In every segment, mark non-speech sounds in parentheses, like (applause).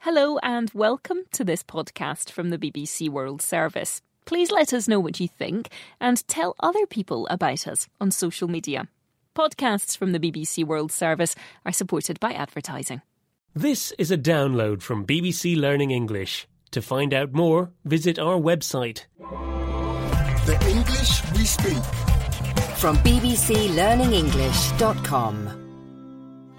Hello and welcome to this podcast from the BBC World Service. Please let us know what you think and tell other people about us on social media. Podcasts from the BBC World Service are supported by advertising. This is a download from BBC Learning English. To find out more, visit our website. The English we speak. from bbclearningenglish.com.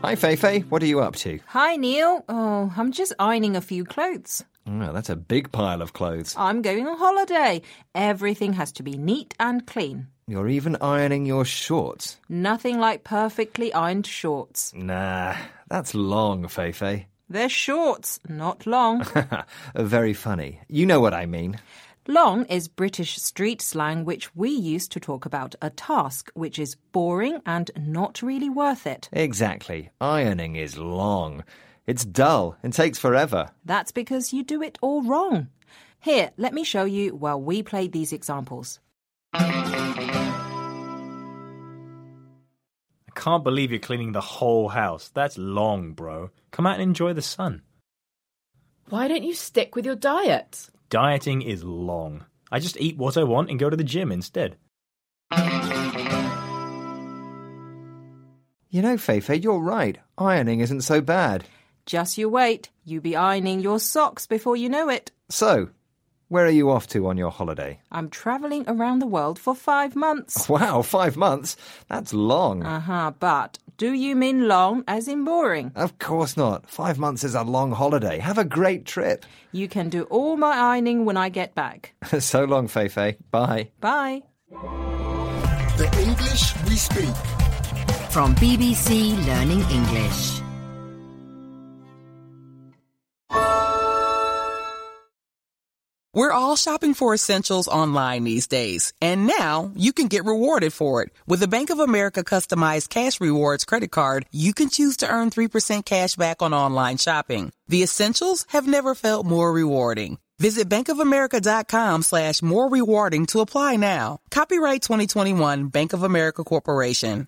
Hi, Feifei. What are you up to? Hi, Neil. Oh, I'm just ironing a few clothes. Oh, that's a big pile of clothes. I'm going on holiday. Everything has to be neat and clean. You're even ironing your shorts. Nothing like perfectly ironed shorts. Nah, that's long, Feifei. Uh, They're shorts, not long. Very funny. You know what I mean. long is British street slang which we use to talk about a task which is boring and not really worth it. Exactly. Ironing is long. It's dull and takes forever. That's because you do it all wrong. Here, let me show you while we play these examples. I can't believe you're cleaning the whole house. That's long, bro. Come out and enjoy the sun. Why don't you stick with your diet? Dieting is long. I just eat what I want and go to the gym instead. You know, Feifei, you're right. Ironing isn't so bad. Just you wait. You be ironing your socks before you know it. So, where are you off to on your holiday? (laughs) I'm traveling around the world for five months. Wow, five months? That's long. Uh huh, but do you mean long as in boring? Of course not. Five months is a long holiday. Have a great trip. (laughs) You can do all my ironing when I get back. so long, Feifei. Bye. Bye. The English we speak. From BBC Learning English. We're all shopping for essentials online these days, and now you can get rewarded for it. With the Bank of America customized cash rewards credit card, you can choose to earn 3% cash back on online shopping. The essentials have never felt more rewarding. Visit bankofamerica.com slash more rewarding to apply now. Copyright 2021 Bank of America Corporation.